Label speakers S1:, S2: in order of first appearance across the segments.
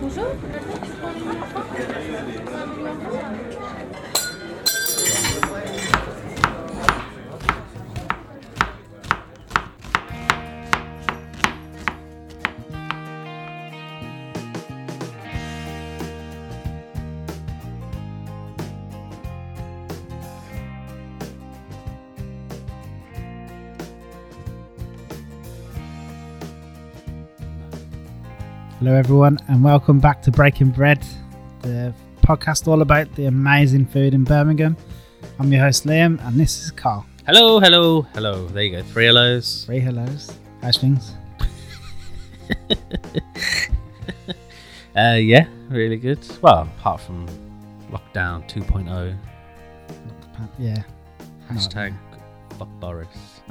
S1: Dużo?
S2: Hello, everyone, and welcome back to Breaking Bread, the podcast all about the amazing food in Birmingham. I'm your host, Liam, and this is Carl.
S3: Hello, hello, hello. There you go. Three hellos.
S2: Three hellos. How's things?
S3: Uh, yeah, really good. Well, apart from lockdown 2.0,
S2: Yeah.
S3: hashtag fuck Boris.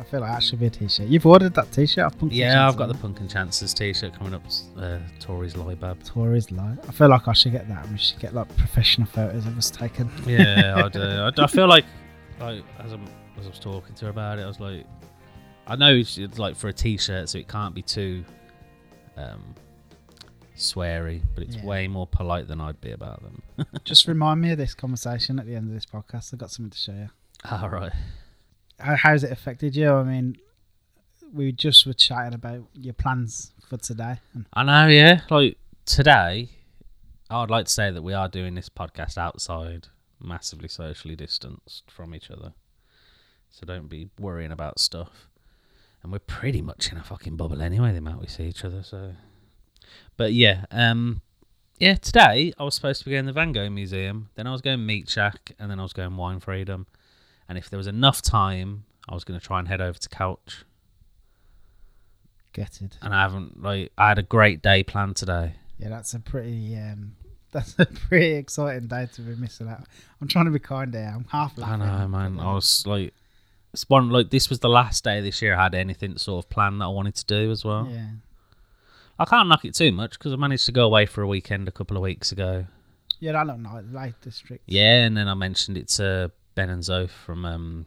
S2: I feel like that should be a t shirt. You've ordered that t shirt.
S3: Yeah, I've got the Pumpkin Chances t shirt coming up, uh, Tories Lollibab.
S2: Tories light. I feel like I should get that. and We should get like professional photos of us taken.
S3: Yeah, I'd, uh, I'd, I feel like, like as, I'm, as I was talking to her about it, I was like, I know it's, it's like for a t shirt, so it can't be too um, sweary, but it's
S2: Yeah.
S3: way more polite than I'd be about them.
S2: Just remind me of this conversation at the end of this podcast. I've got something to show you.
S3: All right.
S2: How, how's it affected you? I mean, we just were chatting about your plans for today. And
S3: I know, yeah. Like today, I'd like to say that we are doing this podcast outside, massively socially distanced from each other. So don't be worrying about stuff. And we're pretty much in a fucking bubble anyway, the amount we see each other, so But yeah, um yeah, today I was supposed to be going to the Van Gogh Museum, then I was going Meat Shack, and then I was going Wine Freedom. And if there was enough time, I was gonna try and head over to Couch
S2: Gutted.
S3: and I haven't like I had a great day planned today.
S2: Yeah, that's a pretty um, that's a pretty exciting day to be missing out. I'm trying to be kind there. I'm half
S3: I
S2: laughing.
S3: know, man. I was like, it's one like this was the last day this year I had anything sort of planned that I wanted to do as well.
S2: Yeah,
S3: I can't knock it too much because I managed to go away for a weekend a couple of weeks ago.
S2: yeah, that looked nice. Lake District.
S3: Yeah, and then I mentioned it to Ben and Zoe from um,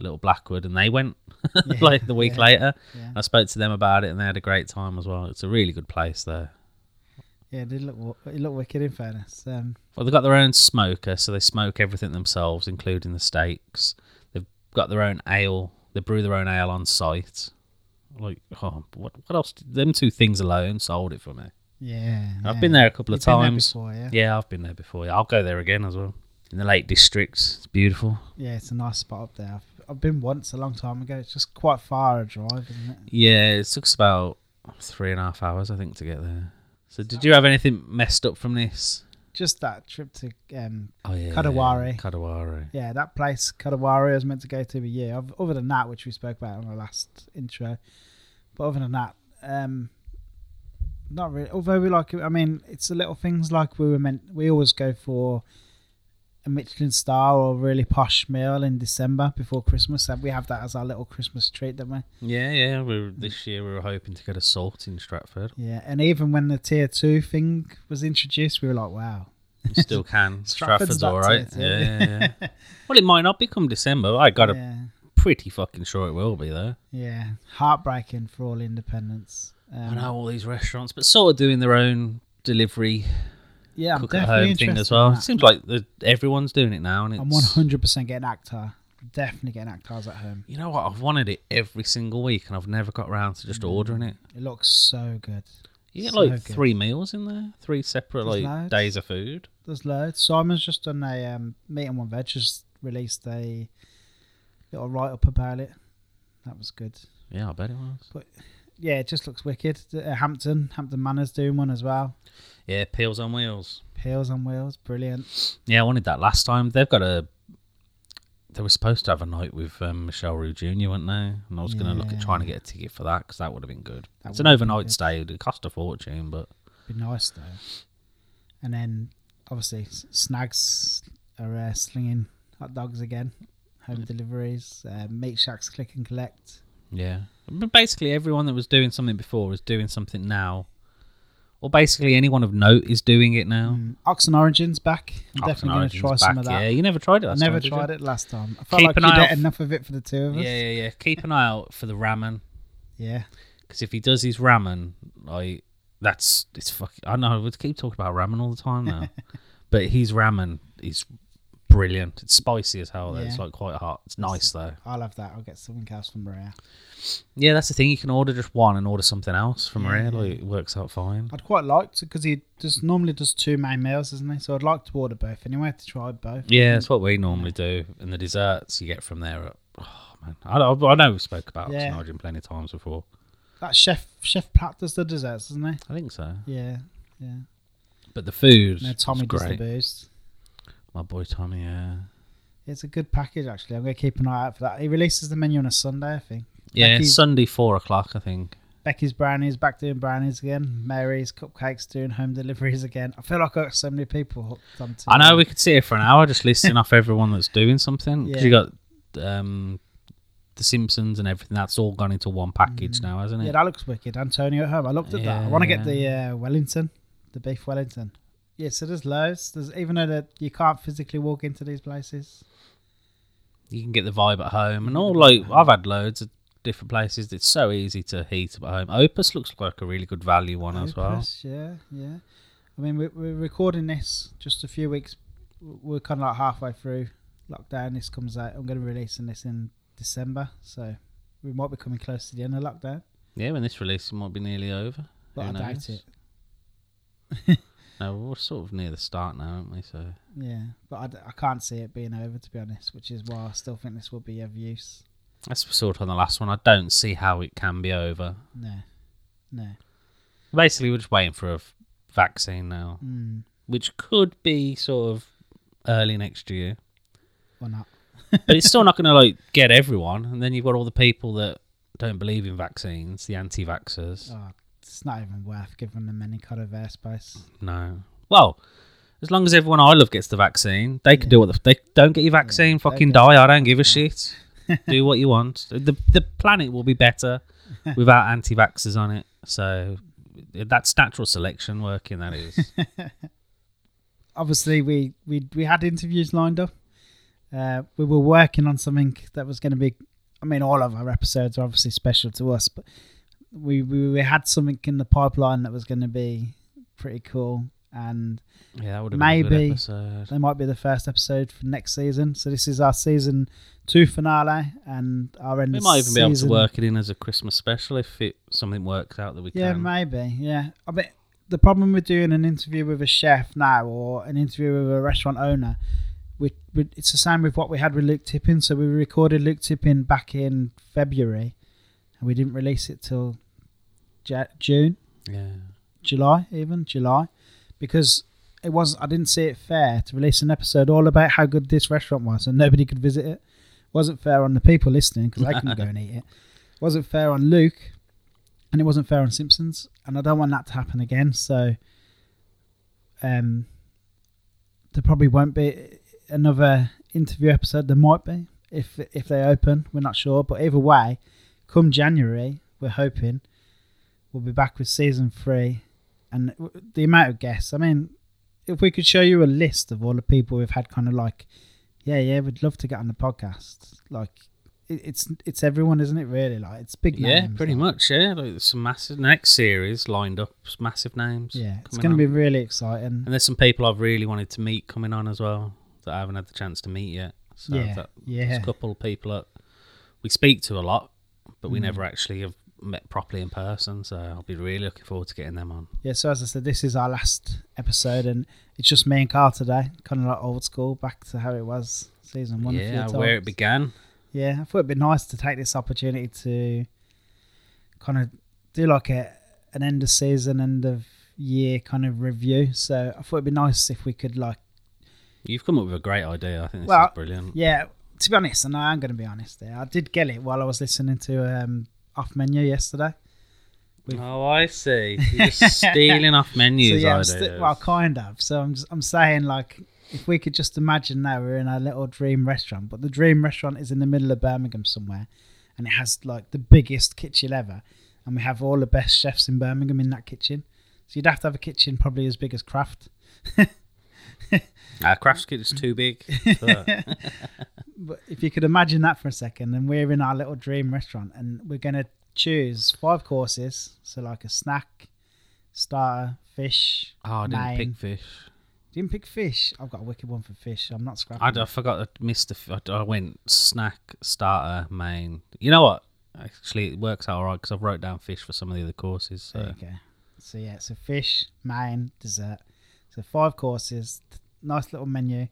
S3: Little Blackwood, and they went like the week
S2: yeah,
S3: later.
S2: yeah.
S3: I spoke to them about it, and they had a great time as well. It's a really good place there.
S2: Yeah, it did look wa- it looked wicked. In fairness, um,
S3: Well, they've got their own smoker, so they smoke everything themselves, including the steaks. They've got their own ale. They brew their own ale on site. Like, oh, what, what else? Them two things alone sold it for me.
S2: yeah,
S3: I've been there a couple of times.
S2: Before, yeah? yeah,
S3: yeah, I've been there before. Yeah, I'll go there again as well. In the Lake District, it's beautiful.
S2: it's a nice spot up there. I've, I've been once a long time ago. It's just quite far a drive, isn't it?
S3: Yeah, it took us about three and a half hours, I think, to get there. So, did you have anything messed up from this?
S2: Just that trip to um,
S3: Oh yeah,
S2: Kadawari.
S3: Kadawari.
S2: yeah, that place Kadawari I was meant to go to a year. Oth- Other than that, which we spoke about on the last intro, but other than that, um, not really. Although we like, it- I mean, it's the little things like we were meant. We always go for a Michelin star or a really posh meal in December before Christmas, and we have that as our little Christmas treat, don't we?
S3: Yeah, yeah. We were, this year we were hoping to go to Salt in Stratford.
S2: Yeah, and even when the tier two thing was introduced, we were like, wow.
S3: You still can.
S2: Stratford's
S3: Stratford's,
S2: that
S3: all right.
S2: tight,
S3: Yeah,
S2: yeah.
S3: yeah, yeah. well, it might not become December. But I got a
S2: yeah,
S3: pretty fucking sure it will be though.
S2: yeah, heartbreaking for all independents. Um,
S3: I know all these restaurants, but sort of doing their own delivery
S2: Yeah, I'm
S3: cook at
S2: definitely
S3: home thing
S2: interested
S3: as
S2: in
S3: well.
S2: that.
S3: It seems like the, everyone's doing it now, and it's.
S2: I'm 100 percent getting actar. Definitely getting actars at home.
S3: you know what? I've wanted it every single week, and I've never got around to just ordering it.
S2: It looks so good.
S3: You
S2: Mm.
S3: get
S2: So
S3: like
S2: good.
S3: three meals in there, three separate
S2: There's
S3: like
S2: loads.
S3: days of food.
S2: There's loads. Simon's just done a um, meat and one veg. Just released a little write up about it. That was good.
S3: Yeah, I bet it was.
S2: Yeah, it just looks wicked. Uh, Hampton, Hampton Manor's doing one as well.
S3: Yeah, peels on wheels.
S2: Peels on wheels, brilliant.
S3: Yeah, I wanted that last time. They've got a. They were supposed to have a night with um, Michelle Rue Jr., weren't they? And I was going to look at
S2: Yeah.
S3: trying to get a ticket for that because that would have been good.
S2: That
S3: it's an
S2: would have been
S3: overnight
S2: good.
S3: stay. It cost a fortune, but
S2: Be nice though. And then obviously S- snags are uh, slinging hot dogs again. Home deliveries, uh, meat shacks, click and collect.
S3: yeah. But basically, everyone that was doing something before is doing something now. Or basically, anyone of note is doing it now.
S2: Mm, Ox and Origins back. I'm
S3: Ox and
S2: definitely going to
S3: Origins
S2: try some
S3: back,
S2: of that.
S3: Yeah, you never tried it.
S2: I
S3: last
S2: never
S3: time, did you?
S2: tried it last time. I felt
S3: Keep
S2: like
S3: an
S2: you
S3: eye
S2: did
S3: out-
S2: enough of it for the two of us.
S3: Yeah, yeah, yeah. Keep an eye out for the ramen
S2: Yeah.
S3: because if he does his ramen, like That's it's fucking. I know we keep talking about ramen all the time now, but his ramen is brilliant. It's spicy as hell. Though. It's
S2: Yeah.
S3: like quite hot. It's nice though.
S2: I'll have that. I'll get something else from Maria.
S3: Yeah, that's the thing. You can order just one and order something else from
S2: Yeah,
S3: Maria.
S2: yeah.
S3: Like, it works out fine.
S2: I'd quite like to because he just normally does two main meals, isn't he? So I'd like to order both anyway to try both.
S3: Yeah, that's what we normally do. And the desserts you get from there. Are, oh man, I, I know we spoke about
S2: Yeah.
S3: Oxygen plenty of times before.
S2: That chef Chef Platt does the desserts, doesn't
S3: I think so.
S2: he? Yeah, yeah.
S3: But the food,
S2: No,
S3: is
S2: Tommy does the
S3: great.
S2: booze.
S3: My boy Tommy. Yeah,
S2: It's a good package actually. I'm gonna keep an eye out for that. He releases the menu on a Sunday, I think.
S3: yeah.
S2: Becky-
S3: it's Sunday four o'clock, I think.
S2: Becky's brownies back doing brownies again. Mary's cupcakes doing home deliveries again. I feel like I've got so many people hooked onto.
S3: I know we could sit here for an hour just listing off everyone that's doing something. 'Cause you
S2: Yeah.
S3: got um, The Simpsons and everything. That's all gone into one package now, hasn't
S2: Mm. Yeah,
S3: it?
S2: that looks wicked. Antonio at home. I looked at that. I want to get the uh, Wellington, the beef Wellington. Yeah, so there's loads. There's even though that you can't physically walk into these places.
S3: You can get the vibe at home and
S2: Mm.
S3: all. Like I've had loads of different places. It's so easy to heat up at home. Opus looks like a really good value one as well.
S2: Opus, Yeah, yeah. I mean, we're, we're recording this just a few weeks. We're kind of like halfway through lockdown. This comes out. I'm going to be releasing this in December, so we might be coming close to the end of lockdown.
S3: Yeah, when this release might be nearly over.
S2: But
S3: Who
S2: I
S3: knows?
S2: doubt it.
S3: No, we're sort of near the start now, aren't we? So
S2: Yeah, but I, d- I can't see it being over to be honest, which is why I still think this will be of use.
S3: that's sort of on the last one. I don't see how it can be over.
S2: No, no.
S3: Basically, we're just waiting for a f- vaccine now.
S2: Mm,
S3: which could be sort of early next year.
S2: or not.
S3: But it's still not going to like get everyone. And then you've got all the people that don't believe in vaccines, the anti-vaxxers.
S2: Oh, it's not even worth giving them any kind of airspace.
S3: No. Well, as long as everyone I love gets the vaccine, they can
S2: Yeah.
S3: do what the f- they don't get your vaccine,
S2: they
S3: fucking
S2: get-
S3: die. I don't give a shit. do what you want. The the planet will be better without anti-vaxxers on it. So that's natural selection working. That is.
S2: Obviously, we we we had interviews lined up. Uh, we were working on something that was going to be. I mean, all of our episodes are obviously special to us, but we we, we had something in the pipeline that was going to be pretty cool, and
S3: yeah, that would have been a good
S2: Maybe.
S3: episode.
S2: they might be the first episode for next season. So this is our season two finale, and our end.
S3: We
S2: of
S3: might even be able to
S2: season-
S3: work it in as a Christmas special if it something works out that we
S2: Yeah,
S3: can.
S2: maybe. Yeah, I mean, the problem with doing an interview with a chef now or an interview with a restaurant owner, we, we, it's the same with what we had with Luke Tippin. So we recorded Luke Tippin back in February, and we didn't release it till Ja June,
S3: yeah.
S2: July, even July, because it was I didn't see it fair to release an episode all about how good this restaurant was, and nobody could visit it. Wasn't fair on the people listening because they couldn't go and eat it. Wasn't fair on Luke, and it wasn't fair on Simpsons, and I don't want that to happen again. So, um, there probably won't be another interview episode. There might be if if they open. We're not sure, but either way, come January, we're hoping we'll be back with season three, and w- the amount of guests. I mean, if we could show you a list of all the people we've had, kind of like, yeah, yeah, we'd love to get on the podcast. Like, it, it's it's everyone, isn't it? Really, like it's big.
S3: Yeah,
S2: names,
S3: pretty
S2: like.
S3: much. Yeah, like there's some massive next series lined up, s- massive names.
S2: Yeah, it's
S3: coming
S2: going to
S3: on.
S2: be really exciting.
S3: And there's some people I've really wanted to meet coming on as well that I haven't had the chance to meet yet. So
S2: yeah,
S3: that,
S2: yeah,
S3: there's a couple of people that we speak to a lot, but we
S2: Mm.
S3: never actually have met properly in person. So I'll be really looking forward to getting them on.
S2: yeah. So as I said, this is our last episode, and it's just me and Carl today, kind of like old school, back to how it was season one. a few
S3: yeah,
S2: times.
S3: where it began.
S2: Yeah, I thought it'd be nice to take this opportunity to kind of do like a an end of season, end of year kind of review. So I thought it'd be nice if we could like,
S3: You've come up with a great idea. I think this
S2: Well,
S3: is brilliant.
S2: yeah. To be honest, and I am going to be honest, there, I did get it while I was listening to um, Off Menu yesterday. we've-
S3: Oh, I see. You're just stealing off menus.
S2: So yeah, I'm
S3: ideas.
S2: sti- well, kind of. So I'm just, I'm saying like if we could just imagine now we're in our little dream restaurant, but the dream restaurant is in the middle of Birmingham somewhere, and it has like the biggest kitchen ever, and we have all the best chefs in Birmingham in that kitchen. So you'd have to have a kitchen probably as big as Kraft.
S3: Our craft kit is too big. for that.
S2: But if you could imagine that for a second, and we're in our little dream restaurant, and we're gonna choose five courses, so like a snack, starter, fish.
S3: Oh, I didn't
S2: Nine.
S3: pick fish.
S2: Didn't pick fish. I've got a wicked one for fish. I'm not scrapping.
S3: I, d- I forgot I missed the. F- I d- I went snack, starter, main. You know what? Actually, it works out alright because I've wrote down fish for some of the other courses. So.
S2: There you go. So yeah, so fish, main, dessert. So five courses, t- nice little menu.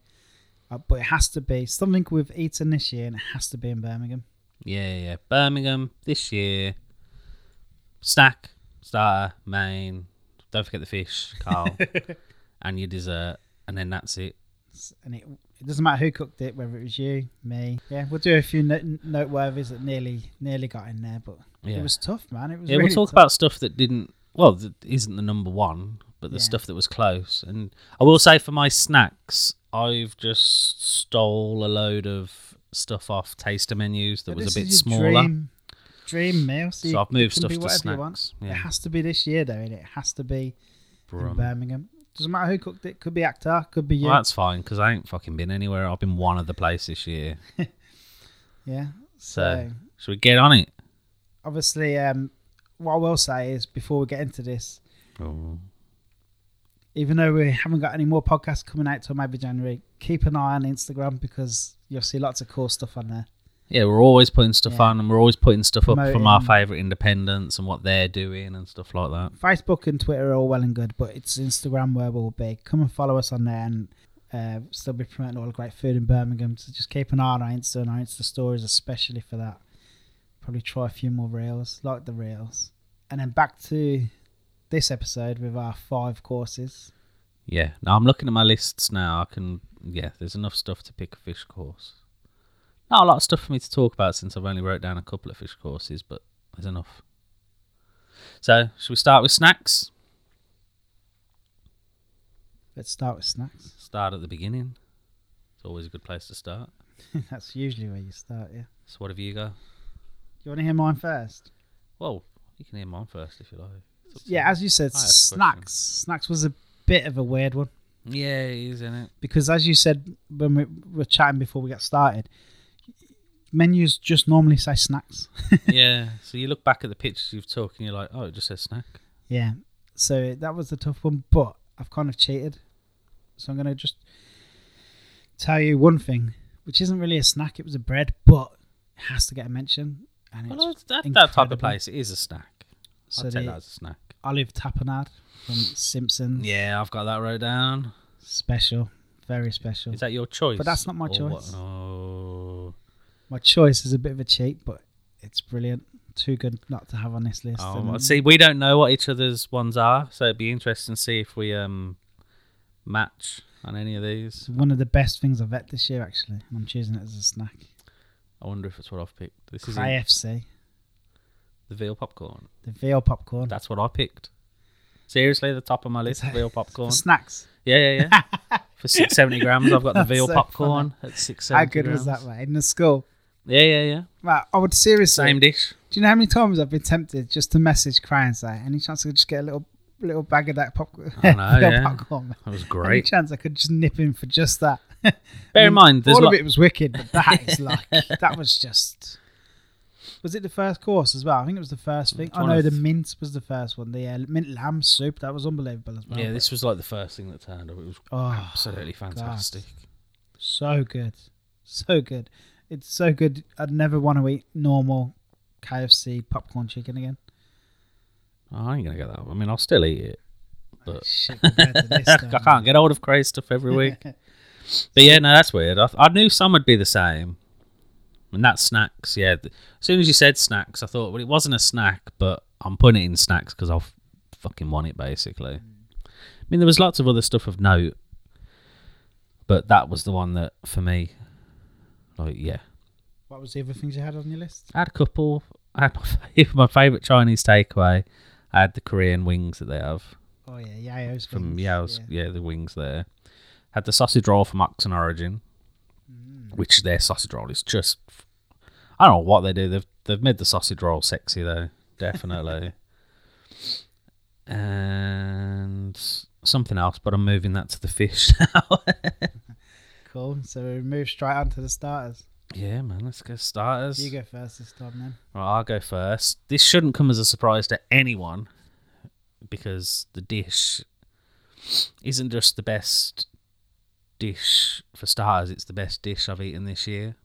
S2: Uh, but it has to be something we've eaten this year, and it has to be in Birmingham.
S3: Yeah, yeah, yeah. Birmingham this year. Snack, starter, main. Don't forget the fish, Carl, and your dessert, and then that's it.
S2: S- And it, it doesn't matter who cooked it, whether it was you, me. Yeah, we'll do a few no- noteworthies that nearly nearly got in there, but
S3: Yeah,
S2: it was tough, man. It was.
S3: yeah.
S2: really
S3: we'll talk
S2: tough.
S3: about stuff that didn't. Well, that isn't the number one, but the
S2: Yeah.
S3: stuff that was close. And I will say for my snacks, I've just stole a load of stuff off taster menus that
S2: But
S3: was
S2: this
S3: a bit
S2: is your
S3: smaller.
S2: Dream, dream meal. So,
S3: So
S2: you-
S3: I've
S2: it
S3: moved
S2: can
S3: stuff
S2: be
S3: to
S2: whatever you want.
S3: snacks.
S2: It
S3: Yeah,
S2: has to be this year, though, and it has to be in
S3: Brum.
S2: Birmingham. Doesn't matter who cooked it. Could be actor. Could be you.
S3: Well, that's fine because I ain't fucking been anywhere. I've been one of the places this year.
S2: yeah.
S3: So,
S2: So-
S3: should we get on it?
S2: obviously, um, what I will say is before we get into this, Oh. even though we haven't got any more podcasts coming out till maybe January, keep an eye on Instagram because you'll see lots of cool stuff on there.
S3: Yeah, we're always putting stuff
S2: Yeah.
S3: on and we're always putting stuff up from our
S2: Promoting.
S3: favourite independents and what they're doing and stuff like that.
S2: Facebook and Twitter are all well and good, but it's Instagram where we'll be. Come and follow us on there and uh, still be promoting all the great food in Birmingham. So just keep an eye on our Insta and our Insta stories, especially for that. Probably try a few more reels, like the reels. And then back to this episode with our five courses.
S3: Yeah, now I'm looking at my lists now. I can, yeah, there's enough stuff to pick a fish course. Not a lot of stuff for me to talk about since I've only wrote down a couple of fish courses, but there's enough. So, should we start with snacks?
S2: Let's start with snacks.
S3: Start at the beginning. It's always a good place to start.
S2: That's usually where you start, yeah.
S3: So, what have you got?
S2: You want to hear mine first?
S3: Well, you can hear mine first if you like. It's up to
S2: Yeah, as you said,
S3: I have a
S2: snacks. Snacks was a bit of a weird one
S3: you. yeah, it is, isn't it?
S2: because, as you said when we were chatting before we got started, menus just normally say snacks.
S3: yeah. So you look back at the pictures you've took and you're like, oh, it just says snack.
S2: Yeah, so that was the tough one, but I've kind of cheated. So I'm going to just tell you one thing, which isn't really a snack, it was a bread, but it has to get a mention. And it's
S3: Well, that's, that, that type
S2: incredible.
S3: of place it is a snack.
S2: So
S3: I'd take
S2: the
S3: that as a snack.
S2: Olive Tapenade from Simpsons.
S3: Yeah, I've got that wrote down.
S2: Special. Very special.
S3: Is that your choice?
S2: Mm. But that's not my
S3: Or what-
S2: choice.
S3: Oh,
S2: My choice is a bit of a cheat, but it's brilliant. Too good not to have on this list.
S3: oh
S2: and-
S3: well, see, we don't know what each other's ones are, so it'd be interesting to see if we um match on any of
S2: It's
S3: these.
S2: one of the best things I've had this year, actually. And I'm choosing it as a snack.
S3: I wonder if it's what I've picked. This is it.
S2: KFC,
S3: the veal popcorn.
S2: the veal popcorn.
S3: That's what I picked. Seriously, the top of my list, veal
S2: For
S3: popcorn.
S2: snacks.
S3: Yeah, yeah, yeah. For six seventy grams, I've got the
S2: That's
S3: veal
S2: so
S3: popcorn at six seventy.
S2: How good was that, mate? In the school.
S3: Yeah, yeah, yeah.
S2: Right, I would seriously.
S3: Same dish.
S2: Do you know how many times I've been tempted just to message Cry and say, any chance I could just get a little little bag of that popcorn?
S3: I know,
S2: veal
S3: yeah.
S2: popcorn, mate?
S3: That was
S2: Any
S3: great.
S2: chance I could just nip in for just that?
S3: Bear in mind, there's
S2: Mm, all
S3: like,
S2: of it was wicked, but that is like that was just. Was it the first course as well? I think it was the first thing.
S3: It's
S2: I
S3: one
S2: know
S3: of-
S2: the mint was the first one. The uh, mint lamb soup that was unbelievable as well.
S3: yeah, this was like the first thing that turned up. It was
S2: oh,
S3: absolutely fantastic.
S2: so good, so good. It's so good. I'd never want to eat normal KFC popcorn chicken again.
S3: I ain't gonna get that. I mean, I'll still eat it. But-
S2: Shit compared to this,
S3: I
S2: though.
S3: can't get hold of crazy stuff every week. But yeah, no, that's weird. I, th- I knew some would be the same. And that's snacks, yeah. Th- As soon as you said snacks, I thought, well, it wasn't a snack, but I'm putting it in snacks because I f- fucking want it, basically. I mean, there was lots of other stuff of note, but that was the one that, for me, like, yeah.
S2: What was the other things you had on your list?
S3: I had a couple. I had my, fa- my favourite Chinese takeaway. I had the Korean wings that they have
S2: Oh yeah, Yayo's
S3: from
S2: wings,
S3: Yao's, yeah. the wings there. Had the sausage roll from Oxen Origin,
S2: Mm.
S3: which their sausage roll is just. I don't know what they do. They've they've made the sausage roll sexy though, definitely. and something else, but I'm moving that to the fish now.
S2: Cool. So we move straight on to the starters.
S3: yeah, man, let's get starters.
S2: You go first this time, then.
S3: Right, I'll go first. This shouldn't come as a surprise to anyone because the dish isn't just the best dish for starters, it's the best dish I've eaten this year.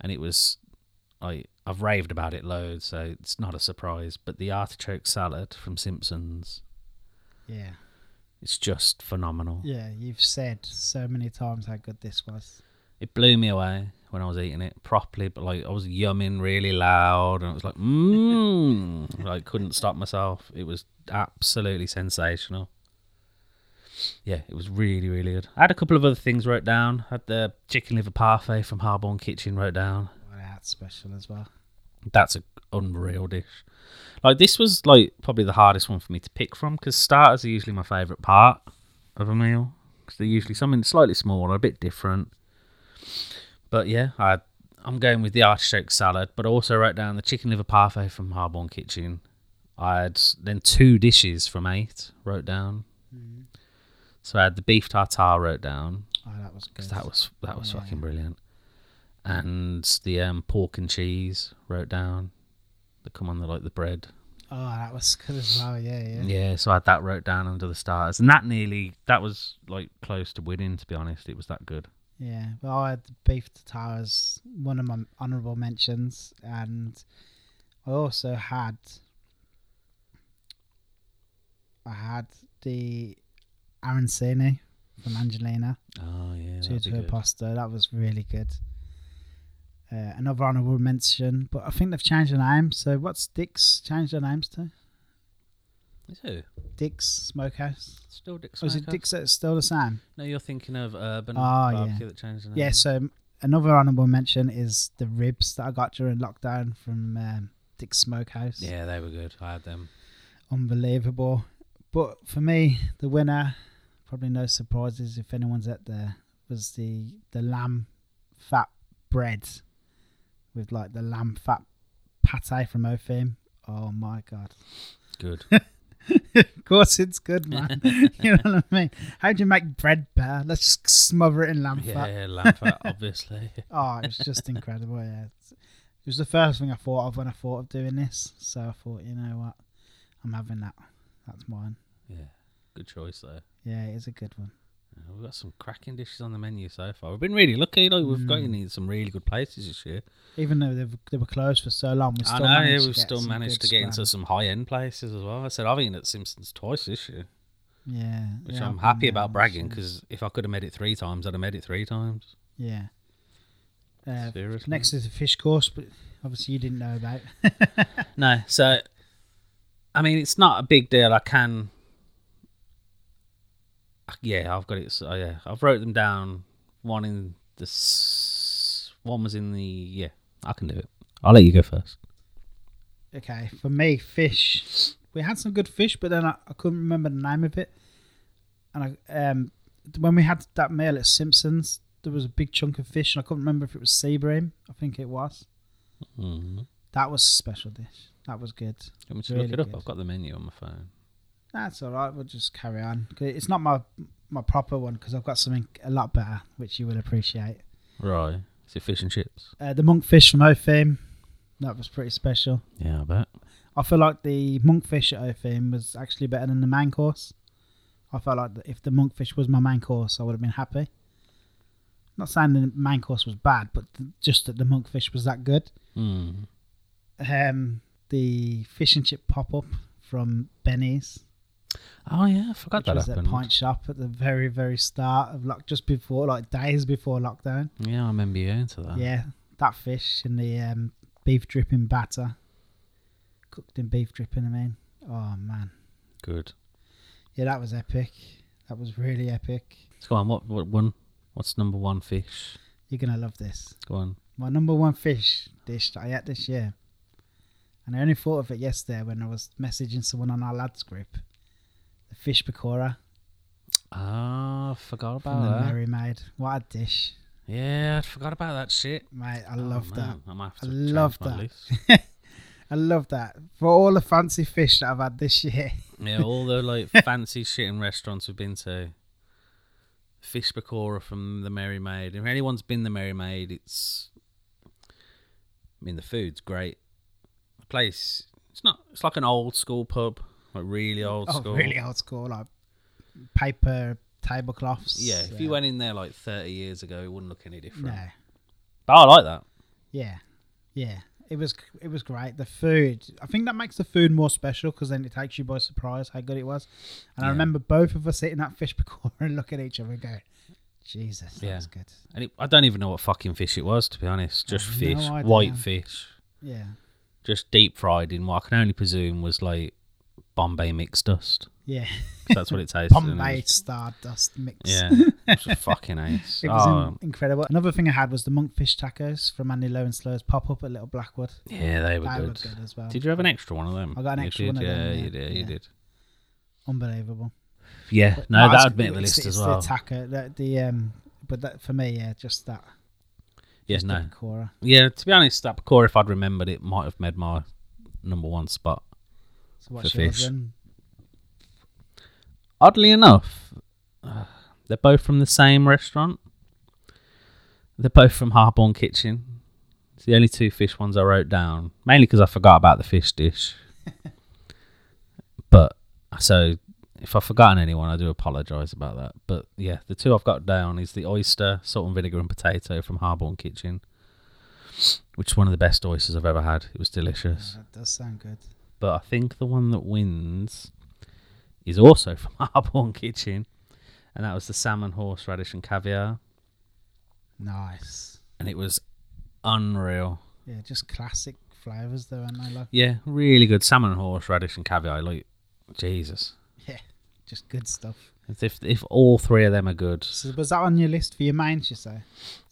S3: And it was like I've raved about it loads, so it's not a surprise. But the artichoke salad from Simpsons,
S2: Yeah.
S3: it's just phenomenal.
S2: Yeah, you've said so many times how good this was.
S3: It blew me away when I was eating it properly, but like I was yumming really loud and it was like, mmm. like couldn't stop myself. It was absolutely sensational. Yeah, it was really, really good. I had a couple of other things wrote down. I had the chicken liver parfait from Harborne Kitchen wrote down.
S2: Well, that's Oh, special as well.
S3: That's a unreal dish. Like this was like probably the hardest one for me to pick from because starters are usually my favourite part of a meal because they're usually something slightly smaller, a bit different. But yeah, I I'm going with the artichoke salad, but I also wrote down the chicken liver parfait from Harborne Kitchen. I had then two dishes from eight wrote down. So I had the beef tartare wrote down
S2: Oh, that was good.
S3: because that was that was
S2: Yeah.
S3: fucking brilliant. And the um, pork and cheese wrote down. That come on the like the bread.
S2: oh, that was good as well. Yeah, yeah.
S3: Yeah. so I had that wrote down under the stars, and that nearly that was like close to winning. To be honest, it was that good.
S2: Yeah, well, I had the beef tartare as one of my honourable mentions, and I also had I had the arancini from Angelina
S3: Oh yeah,
S2: yeah, to her pasta. That was really good. Uh, another honourable mention, but I think they've changed the name. So what's Dick's changed their names to? Dick's Smokehouse.
S3: Still Dick's.
S2: Or Oh, is it Dick's that's still the same?
S3: No, you're thinking of Urban
S2: Oh, yeah.
S3: Barbecue
S2: Barbecue
S3: that changed the name.
S2: Yeah, so um, another honourable mention is the ribs that I got during lockdown from um, Dick's Smokehouse.
S3: Yeah, they were good. I had them.
S2: Unbelievable. But for me, the winner, probably no surprises if anyone's out there, was the, the lamb fat bread with like the lamb fat pate from Ophim. Oh my God.
S3: Good.
S2: Of course, it's good, man. you know what I mean? How do you make bread better? Let's just smother it in lamb fat.
S3: yeah, lamb fat, obviously.
S2: Oh, it was just incredible. Yeah, It's- it was the first thing I thought of when I thought of doing this. So I thought, you know what, I'm having that. That's mine.
S3: Yeah, good choice though.
S2: Yeah, it is a good one.
S3: Yeah, We've got some cracking dishes on the menu so far. We've been really lucky. Like we've gotten
S2: Mm.
S3: in some really good places this year.
S2: Even though they were, they were closed for so long, we still
S3: I know.
S2: managed
S3: Yeah,
S2: to
S3: we've
S2: get
S3: still
S2: some
S3: managed
S2: good
S3: to get into
S2: scram.
S3: some high end places as well. I said I've eaten at Simpsons twice this year,
S2: Yeah,
S3: which
S2: yeah,
S3: I'm
S2: I've
S3: happy
S2: been there
S3: about
S2: once,
S3: bragging
S2: yeah.
S3: because if I could have made it three times, I'd have made it three times.
S2: yeah. Uh,
S3: Seriously.
S2: next is the fish course, but obviously you didn't know about.
S3: No, so I mean, it's not a big deal. I can. Yeah, I've got it. So, yeah, I've wrote them down. One in the s- one was in the yeah. I can do it. I'll let you go first.
S2: Okay, for me, fish. We had some good fish, but then I, I couldn't remember the name of it. And I, um, when we had that meal at Simpsons, there was a big chunk of fish, and I couldn't remember if it was sea bream. I think it was.
S3: Mm-hmm.
S2: That was a special dish. That was good.
S3: Let me just
S2: Really
S3: look it up.
S2: good.
S3: I've got the menu on my phone.
S2: That's all right. We'll just carry on. 'Cause It's not my my proper one because I've got something a lot better, which you will appreciate.
S3: Right. Is it fish and chips?
S2: Uh, the monkfish from Ophim. That was pretty special.
S3: Yeah, I bet.
S2: I feel like the monkfish at Ophim was actually better than the main course. I felt like that if the monkfish was my main course, I would have been happy. Not saying the main course was bad, but th- just that the monkfish was that good.
S3: Mm.
S2: Um, the fish and chip pop up from Benny's,
S3: Oh yeah, I forgot
S2: which
S3: that
S2: was
S3: happened.
S2: that pint shop at the very very start of lock, just before like days before lockdown.
S3: Yeah, I remember you into that.
S2: Yeah, that fish and the um, beef dripping batter, cooked in beef dripping. I mean, oh man.
S3: Good.
S2: Yeah, that was epic. That was really epic.
S3: So go on. What what one? What's number one fish?
S2: You're gonna love this.
S3: Go on.
S2: My number one fish dish that I had this year, and I only thought of it yesterday when I was messaging someone on our lads group. The fish pakora
S3: Ah, I forgot
S2: from
S3: about
S2: the
S3: that.
S2: Merry Maid. What a dish,
S3: Yeah, I forgot about that shit.
S2: mate!
S3: Oh,
S2: I love that.
S3: I, might have
S2: I
S3: to change
S2: love
S3: my
S2: that.
S3: list.
S2: I love that. For all the fancy fish that I've had this year,
S3: yeah, all the like fancy shit in restaurants we've been to. Fish pakora from the Merry Maid. If anyone's been the Merry Maid, it's. I mean, the food's great. The place, it's not. It's like an old school pub. Like really old
S2: oh,
S3: school.
S2: really old school, like paper tablecloths.
S3: Yeah, if you went in there like 30 years ago, it wouldn't look any different.
S2: no,
S3: But I like that.
S2: yeah, yeah, it was it was great. The food, I think that makes the food more special because then it takes you by surprise how good it was. And I
S3: Yeah.
S2: remember both of us sitting at fish pakora and looking at each other and going, "Jesus, that
S3: Yeah.
S2: was good."
S3: And it, I don't even know what fucking fish it was, to be honest. Just
S2: I've no
S3: fish,
S2: idea.
S3: white fish,
S2: Yeah,
S3: just deep fried in what I can only presume was like Bombay mixed dust.
S2: yeah,
S3: 'Cause That's what it tasted.
S2: Bombay Stardust mix.
S3: Yeah, it was a fucking ace.
S2: It was
S3: oh,
S2: in- incredible. Another thing I had was the monkfish tacos from Andy Low and Slow's pop up at Little Blackwood.
S3: yeah, they were
S2: That
S3: good.
S2: looked good as well.
S3: Did you have an extra one of them?
S2: I got an
S3: You
S2: extra
S3: did,
S2: one of
S3: yeah,
S2: them, yeah,
S3: you did. You
S2: yeah.
S3: did.
S2: Unbelievable.
S3: Yeah,
S2: But-
S3: no,
S2: it's-
S3: that'd make the
S2: it's-
S3: list
S2: it's
S3: as well.
S2: The taco, the, the um, but that for me, yeah, just that.
S3: Yeah,
S2: just the
S3: no,
S2: pakora.
S3: yeah. To be honest, that core, if I'd remembered it, might have made my number one spot.
S2: So what's
S3: For
S2: yours
S3: fish.
S2: then?
S3: Oddly enough, uh, they're both from the same restaurant. They're both from Harborne Kitchen. It's the only two fish ones I wrote down, mainly because I forgot about the fish dish. but so if I've forgotten anyone, I do apologise about that. But yeah, the two I've got down is the oyster, salt and vinegar, and potato from Harborne Kitchen, which is one of the best oysters I've ever had. It was delicious
S2: Oh, that does sound good.
S3: but I think the one that wins is also from Harborne Kitchen, and that was the salmon, horseradish, and caviar,
S2: Nice.
S3: and it was unreal.
S2: Yeah, just classic flavors though, and I like
S3: Yeah, really good salmon, horseradish, and caviar. Like Jesus,
S2: yeah, just good stuff.
S3: if if, if all three of them are good,
S2: So was that on your list for your mains? You say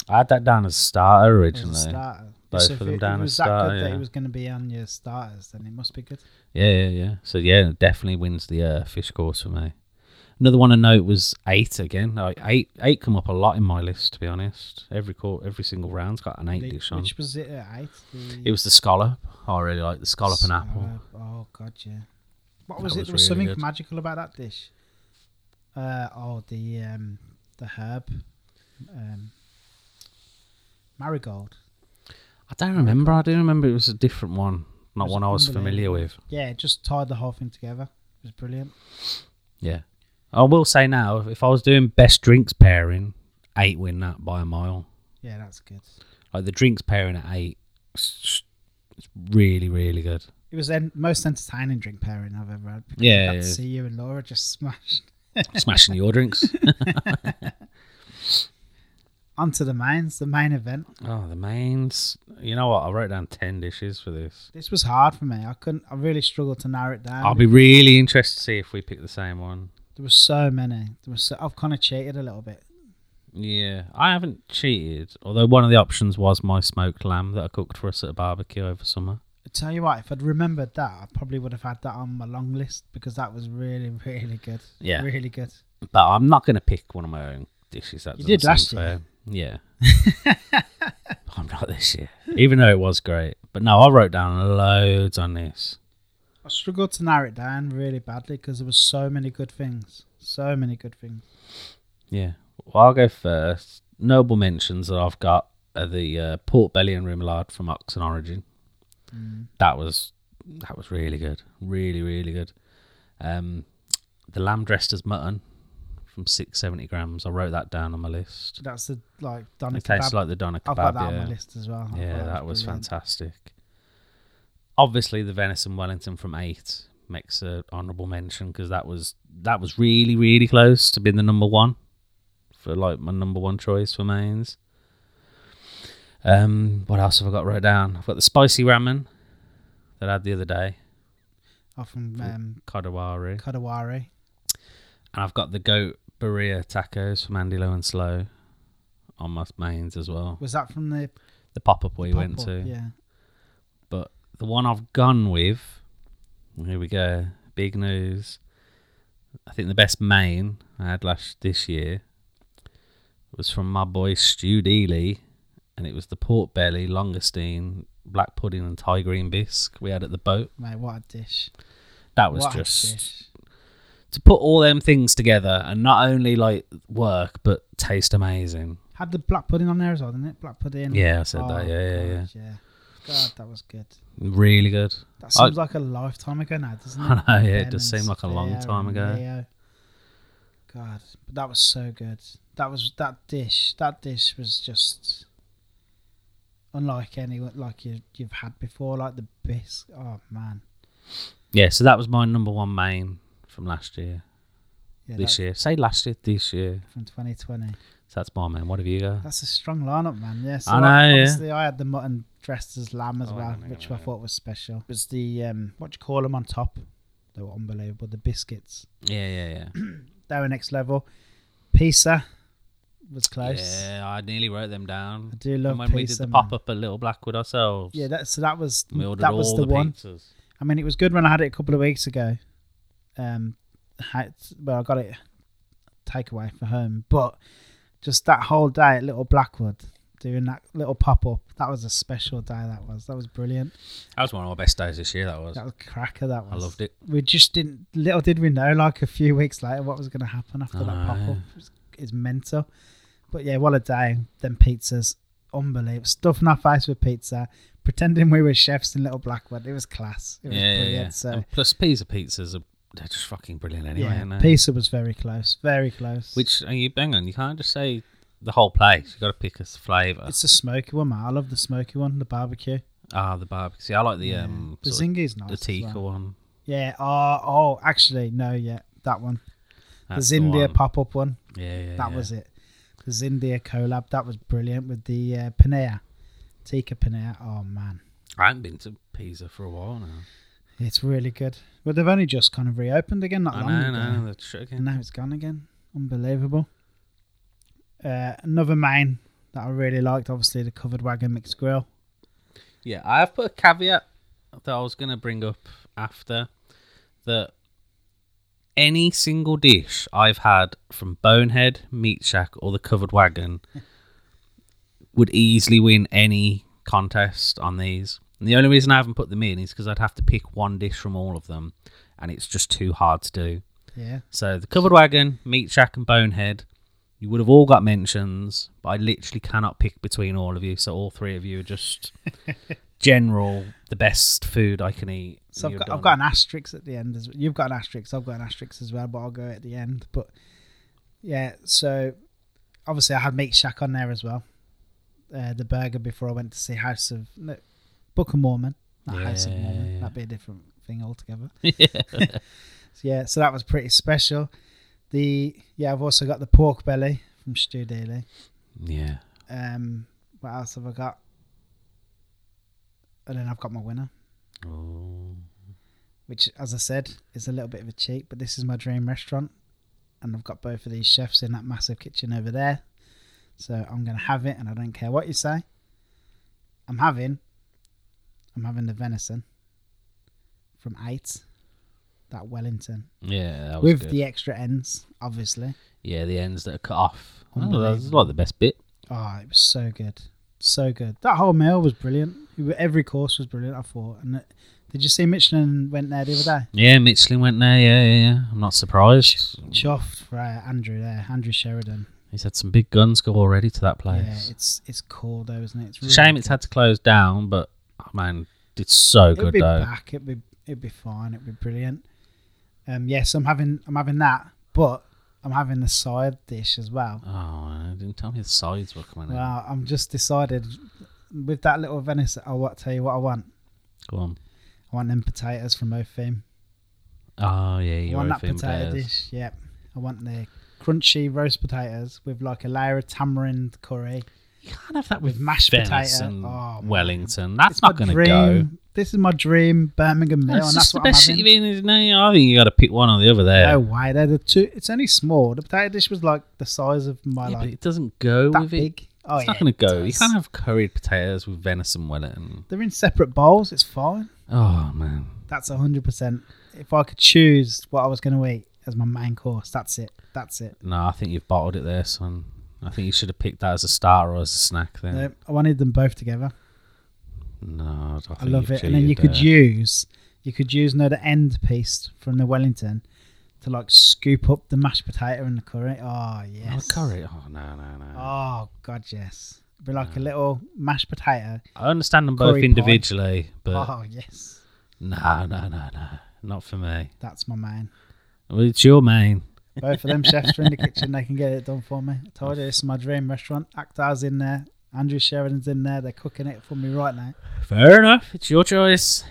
S3: I had that down as starter
S2: Or as a
S3: originally.
S2: starter?
S3: Both
S2: if
S3: of them
S2: it, if
S3: down as
S2: it was that
S3: starter,
S2: good that
S3: yeah.
S2: it was going to be on your starters, then it must be good.
S3: Yeah, yeah, yeah. So yeah, it definitely wins the uh, fish course for me. Another one I note was eight again. Like eight, eight come up a lot in my list. To be honest, every court, every single round's got an eight
S2: The-
S3: dish on.
S2: which was it at eight? The
S3: It was the scallop. I really like the scallop and apple.
S2: Scallop. Oh god, yeah. What
S3: That
S2: was it?
S3: was
S2: there was
S3: really
S2: something
S3: good.
S2: magical about that dish. Uh oh, the um the herb, um, marigold.
S3: I don't remember. I do remember it was a different one, not
S2: Was
S3: one I was familiar
S2: unbelievable.
S3: with.
S2: Yeah, it just tied the whole thing together. It was brilliant.
S3: Yeah. I will say now, if I was doing best drinks pairing, eight win that by a mile.
S2: Yeah, that's good.
S3: Like the drinks pairing at eight, it's it's really, really good.
S2: It was the most entertaining drink pairing I've ever had.
S3: Yeah,
S2: Got to
S3: yeah.
S2: see you and Laura just smashed
S3: Smashing your drinks.
S2: onto the mains, the main event.
S3: Oh, the mains. You know what? I wrote down 10 dishes for this.
S2: This was hard for me. I couldn't. I really struggled to narrow it down.
S3: I'll be really interested to see if we pick the same one.
S2: there were so many. There was. So, I've kind of cheated a little bit.
S3: Yeah, I haven't cheated. Although one of the options was my smoked lamb that I cooked for us at a barbecue over summer.
S2: I tell you what, if I'd remembered that, I probably would have had that on my long list because that was really, really good.
S3: Yeah.
S2: Really good.
S3: But I'm not going to pick one of my own dishes. That
S2: You did
S3: doesn't seem
S2: last year.
S3: fair. Yeah. I'm not this year, even though it was great. But no, I wrote down loads on this.
S2: I struggled to narrow it down really badly because there was so many good things. So many good things.
S3: Yeah. Well, I'll go first. Noble mentions that I've got are the uh, pork belly and remoulade from Ox and Origin.
S2: Mm.
S3: that was that was really good, really really good. Um, the lamb dressed as mutton from six seventy grams. I wrote that down on my list.
S2: That's the like doner
S3: It tastes
S2: kebab.
S3: like the doner
S2: I've got
S3: kebab.
S2: that on my
S3: yeah,
S2: list as well. I
S3: yeah,
S2: thought
S3: that was
S2: Oh, brilliant.
S3: fantastic. Obviously, the venison Wellington from eight makes a honourable mention because that was that was really really close to being the number one for like my number one choice for mains. Um, what else have I got wrote down? I've got the spicy ramen that I had the other day.
S2: Off from um,
S3: Kodawari.
S2: Kodawari.
S3: And I've got the goat burrito tacos from Andy Low and Slow on my mains as well.
S2: Was that from the
S3: The pop up we went
S2: pop-up?
S3: to.
S2: Yeah.
S3: The one I've gone with, here we go, big news. I think the best main I had last this year was from my boy Stu Deely, and it was the pork belly, longestine, black pudding, and Thai green bisque we had at the boat.
S2: Mate, what a dish.
S3: That was
S2: what
S3: just
S2: a dish.
S3: to put all them things together and not only like work but taste amazing.
S2: Had the black pudding on there as well, didn't it? Black pudding.
S3: Yeah, I said
S2: Oh,
S3: that. Yeah, yeah, yeah.
S2: God, yeah. God, that was good.
S3: Really good.
S2: That
S3: I-
S2: seems like a lifetime ago now, doesn't it?
S3: I know, yeah, it
S2: Ben
S3: does
S2: and
S3: seem like a long
S2: Spear
S3: time
S2: and
S3: ago.
S2: Leo. God, but that was so good. That was that dish. That dish was just unlike any like you you've had before. Like the bisque. Oh man.
S3: Yeah, so that was my number one main from last year.
S2: Yeah,
S3: this
S2: that-
S3: year. Say last year, this year.
S2: from 2020.
S3: So that's my man. What have you got?
S2: That's a strong lineup, man. Yeah, so
S3: I
S2: I
S3: know, yeah.
S2: Obviously, I had the mutton dressed as lamb as
S3: Oh, hang
S2: well,
S3: on, hang
S2: which
S3: on,
S2: I
S3: hang on.
S2: thought was special. It was the um, what do you call them on top? They were unbelievable. The biscuits,
S3: Yeah, yeah, yeah.
S2: they were next level. Pizza was close.
S3: Yeah, I nearly wrote them
S2: I
S3: down.
S2: do love
S3: And when
S2: pizza.
S3: we did the
S2: man.
S3: pop up at Little Blackwood ourselves,
S2: Yeah, that, so that was
S3: we ordered
S2: that
S3: all
S2: was the,
S3: the,
S2: one.
S3: pizzas.
S2: I mean, it was good when I had it a couple of weeks ago. Um, had, well, I got it takeaway for home, but just that whole day at Little Blackwood doing that little pop up, that was a special day. That was that was brilliant.
S3: That was one of my best days this year. That was.
S2: That was cracker. That
S3: I
S2: was.
S3: loved it.
S2: We just didn't. Little did we know, like a few weeks later, what was going to happen after
S3: I
S2: that pop
S3: know.
S2: up. It's mental. But yeah, what a day. Them pizzas, unbelievable. Stuffing our face with pizza, pretending we were chefs in Little Blackwood. It was class. It was
S3: yeah, yeah,
S2: brilliant.
S3: yeah.
S2: So
S3: And plus, pizza pizzas are they're just fucking brilliant anyway.
S2: yeah,
S3: aren't they?
S2: pizza was very close. Very close.
S3: Which are you bang on? You can't just say the whole place. You got to pick a flavour.
S2: it's a smoky one, man. I love the smoky one, the barbecue.
S3: Ah, the barbecue. See, I like the um
S2: the
S3: sort of
S2: zingi's nice.
S3: the
S2: as
S3: tikka
S2: well.
S3: one.
S2: Yeah. Oh, oh, actually, no, yeah, that one.
S3: That's
S2: the Zindia
S3: one.
S2: pop up one.
S3: Yeah, yeah.
S2: That
S3: yeah.
S2: was it. The Zindia collab. That was brilliant with the uh, Panea, Tika Panea. Oh man,
S3: I haven't been to Pisa for a while now.
S2: it's really good. But they've only just kind of reopened again not
S3: I
S2: long
S3: know,
S2: ago,
S3: I know. They're shut
S2: and
S3: again.
S2: now it's gone again. Unbelievable. Uh, another main that I really liked, obviously the covered wagon mixed grill.
S3: Yeah, I have put a caveat that I was going to bring up after that any single dish I've had from Bonehead, Meat Shack, or the Covered Wagon would easily win any contest on these. And the only reason I haven't put them in is because I'd have to pick one dish from all of them, and it's just too hard to do.
S2: Yeah,
S3: So the covered wagon, meat shack, and bonehead. You would have all got mentions, but I literally cannot pick between all of you. So all three of you are just general, the best food I can eat.
S2: so
S3: You're
S2: I've got,
S3: done.
S2: I've got an asterisk at the end. As, you've got an asterisk. I've got an asterisk as well, but I'll go at the end. But yeah, so obviously I had Meat Shack on there as well. Uh, the burger before I went to see House of no, Book of Mormon, not House of
S3: Yeah,
S2: Mormon.
S3: yeah.
S2: That'd be a different thing altogether. So yeah, so that was pretty special. The yeah, I've also got the pork belly from Stu Daly.
S3: yeah.
S2: Um, what else have I got? And then I've got my winner.
S3: Oh.
S2: which, as I said, is a little bit of a cheat, but this is my dream restaurant. And I've got both of these chefs in that massive kitchen over there. So I'm going to have it, and I don't care what you say. I'm having, I'm having the venison from eight, that Wellington,
S3: Yeah, that was
S2: with
S3: good.
S2: the extra ends, obviously.
S3: yeah, the ends that are cut off. Oh,
S2: Unbelievable.
S3: that's like the best bit.
S2: Oh, it was so good, so good. That whole meal was brilliant. Every course was brilliant. I thought. And it, did you see Michelin went there the other day?
S3: Yeah, Michelin went there. Yeah, yeah, yeah. I'm not surprised.
S2: Chuffed for uh, Andrew there, Andrew Sheridan.
S3: He's had some big guns go already to that place.
S2: Yeah, it's it's cool though, isn't it? It's
S3: It's a shame
S2: really
S3: it's had to close down, but oh, man, it's so
S2: cool. It'll
S3: good
S2: be
S3: though.
S2: back. It'd be it'd be fine. It'd be brilliant. Um, yes, I'm having I'm having that, but I'm having the side dish as well.
S3: Oh, man, didn't tell me the sides were coming out.
S2: Well, I'm just decided with that little venison. I will tell you what I want.
S3: Go on.
S2: I want them potatoes from Ophim.
S3: Oh yeah,
S2: I
S3: you
S2: want
S3: were
S2: that
S3: thin
S2: potato
S3: players.
S2: dish. Yep. I want the crunchy roast potatoes with like a layer of tamarind curry
S3: You can't have that
S2: with
S3: with
S2: mashed
S3: Venice
S2: potato.
S3: and
S2: Oh, man.
S3: Wellington. That's
S2: It's my
S3: not going to go.
S2: dream- This is my dream Birmingham meal,
S3: That's
S2: and
S3: just
S2: that's
S3: the
S2: what I'm
S3: best shit
S2: having.
S3: you've eaten. isn't it? I think you got to pick one or the other there.
S2: No way, they're the two. It's only small. The potato dish was like the size of my
S3: Yeah, but
S2: like
S3: it doesn't go
S2: that
S3: with it.
S2: big. Oh
S3: it's
S2: yeah,
S3: not going
S2: it
S3: to go. You
S2: does.
S3: can't have curried potatoes with venison Wellington.
S2: They're in separate bowls. It's fine.
S3: Oh man,
S2: That's hundred percent. If I could choose what I was going to eat as my main course, that's it. That's it.
S3: no, I think you've bottled it there, son. I think you should have picked that as a starter or as a snack. Then
S2: No, I wanted them both together.
S3: no, I, think
S2: I love
S3: you've
S2: it. And then you
S3: cheated
S2: could
S3: there.
S2: use you could use another end piece from the Wellington to like scoop up the mashed potato and the curry. Oh
S3: Oh,
S2: yes,
S3: curry. Oh no, no, no.
S2: Oh god, yes. It'd be like a little mashed potato.
S3: I understand them
S2: Curry
S3: both
S2: pie.
S3: individually, but
S2: Oh yes,
S3: no, no, no, no, not for me.
S2: that's my man.
S3: Well, it's your main.
S2: Both of them chefs are in the kitchen. They can get it done for me. I told you this is my dream restaurant. Actar's in there. Andrew Sheridan's in there. They're cooking it for me right now.
S3: Fair enough. It's your choice.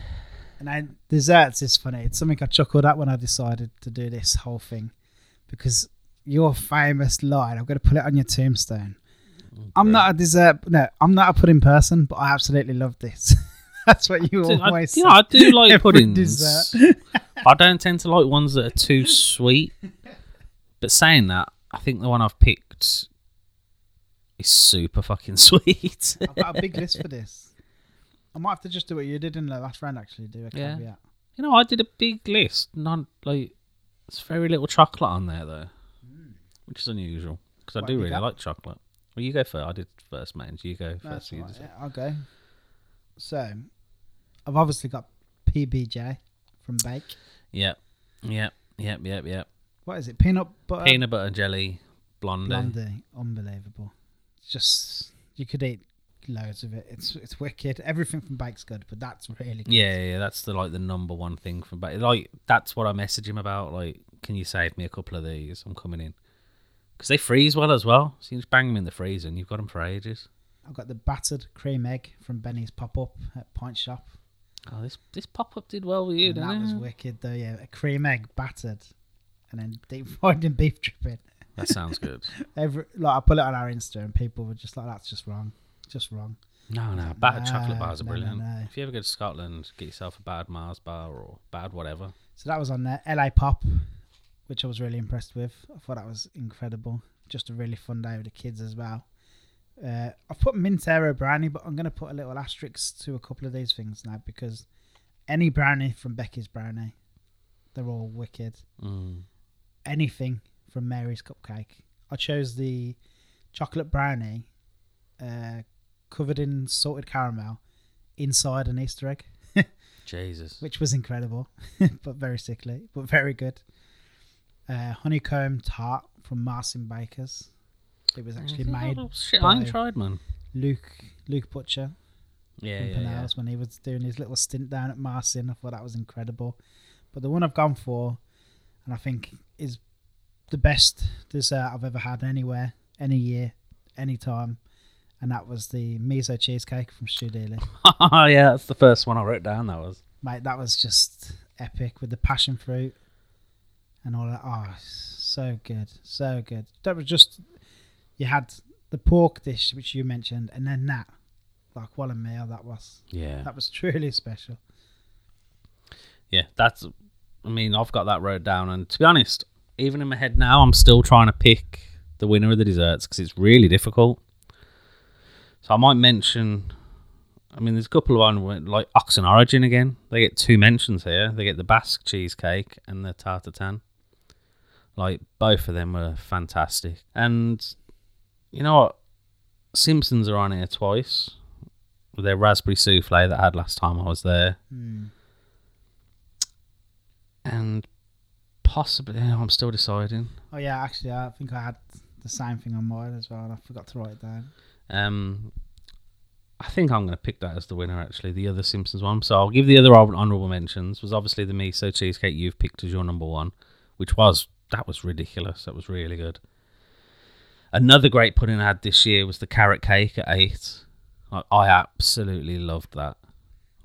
S2: And then desserts is funny. It's something I chuckled at when I decided to do this whole thing because your famous line, I'm going to put it on your tombstone. I'm not a dessert, no, I'm not a pudding person, but I absolutely love this. That's what you
S3: I,
S2: always say.
S3: yeah, I do like
S2: Every
S3: puddings.
S2: dessert.
S3: I don't tend to like ones that are too sweet. But saying that, I think the one I've picked is super fucking sweet.
S2: I've got a big list for this. I might have to just do what you did in the last round, actually, do a
S3: Yeah.
S2: caveat.
S3: you know, I did a big list. None like it's very little chocolate on there though, which is unusual because I
S2: What
S3: do
S2: have you
S3: really
S2: got?
S3: like chocolate. Well, you go first. I did first, mate. You go
S2: No,
S3: first.
S2: that's all
S3: you
S2: right,
S3: did it.
S2: yeah, I'll go. So, I've obviously got PBJ from Bake.
S3: Yep, yep, yep, yep, yep.
S2: What is it? Peanut butter?
S3: Peanut butter jelly blondie.
S2: Blondie, unbelievable. It's Just you could eat loads of it. It's it's wicked. Everything from bake's good, but that's really good.
S3: Yeah, yeah, yeah, that's the like the number one thing from back. Like that's what I message him about. Like, can you save me a couple of these? I'm coming in because they freeze well as well. So you just bang them in the freezer and you've got them for ages.
S2: I've got the battered cream egg from Benny's Pop Up at Pint Shop.
S3: Oh, this this pop up did well with you,
S2: And
S3: didn't
S2: that was
S3: it?
S2: wicked though. Yeah, a cream egg battered, and then deep fried in beef dripping.
S3: That sounds good.
S2: Every like I put it on our Insta, and people were just like, "That's just wrong, just wrong."
S3: No, no, battered chocolate
S2: No,
S3: bars are
S2: no, no,
S3: brilliant.
S2: no.
S3: If you ever go to Scotland, get yourself a bad Mars bar or bad whatever.
S2: So that was on there. LA Pop, which I was really impressed with. I thought that was incredible. Just a really fun day with the kids as well. Uh, I've put Mintero brownie, but I'm going to put a little asterisk to a couple of these things now because any brownie from Becky's Brownie, they're all wicked.
S3: Mm.
S2: Anything from Mary's Cupcake. I chose the chocolate brownie uh, covered in salted caramel inside an Easter egg
S3: Jesus.
S2: which was incredible, but very sickly, but very good. Uh, honeycomb tart from Marcin Bakers. It was actually made
S3: Oh, shit, I ain't
S2: by-
S3: tried, man.
S2: Luke Luke Butcher
S3: Yeah,
S2: in
S3: yeah, yeah.
S2: Pinellas when he was doing his little stint down at Marcin. I thought that was incredible. But the one I've gone for, and I think is the best dessert I've ever had anywhere, any year, any time, and that was the miso cheesecake from Stu Dealey.
S3: Oh, yeah, that's the first one I wrote down. That was.
S2: mate, that was just epic with the passion fruit and all that. Oh, it's so good, so good. That was just you had the pork dish which you mentioned, and then that, like what a meal that was.
S3: Yeah,
S2: That was truly special.
S3: yeah. That's. I mean, I've got that wrote down, and to be honest, even in my head now, I'm still trying to pick the winner of the desserts because it's really difficult. So I might mention. I mean, there's a couple of one like Ox and Origin again. They get two mentions here. They get the Basque cheesecake and the tartatan. Like both of them were fantastic, and you know what? Simpsons are on here twice. With their raspberry souffle that I had last time I was there,
S2: Mm.
S3: and possibly I'm still deciding.
S2: Oh yeah, actually, I think I had the same thing on mine as well, and I forgot to write it down.
S3: Um, I think I'm going to pick that as the winner. Actually, the other Simpsons one. So I'll give the other hon- honorable mentions. Was obviously the miso cheesecake you've picked as your number one, which was that was ridiculous. That was really good. Another great pudding I had this year was the carrot cake at eight. Like, I absolutely loved that.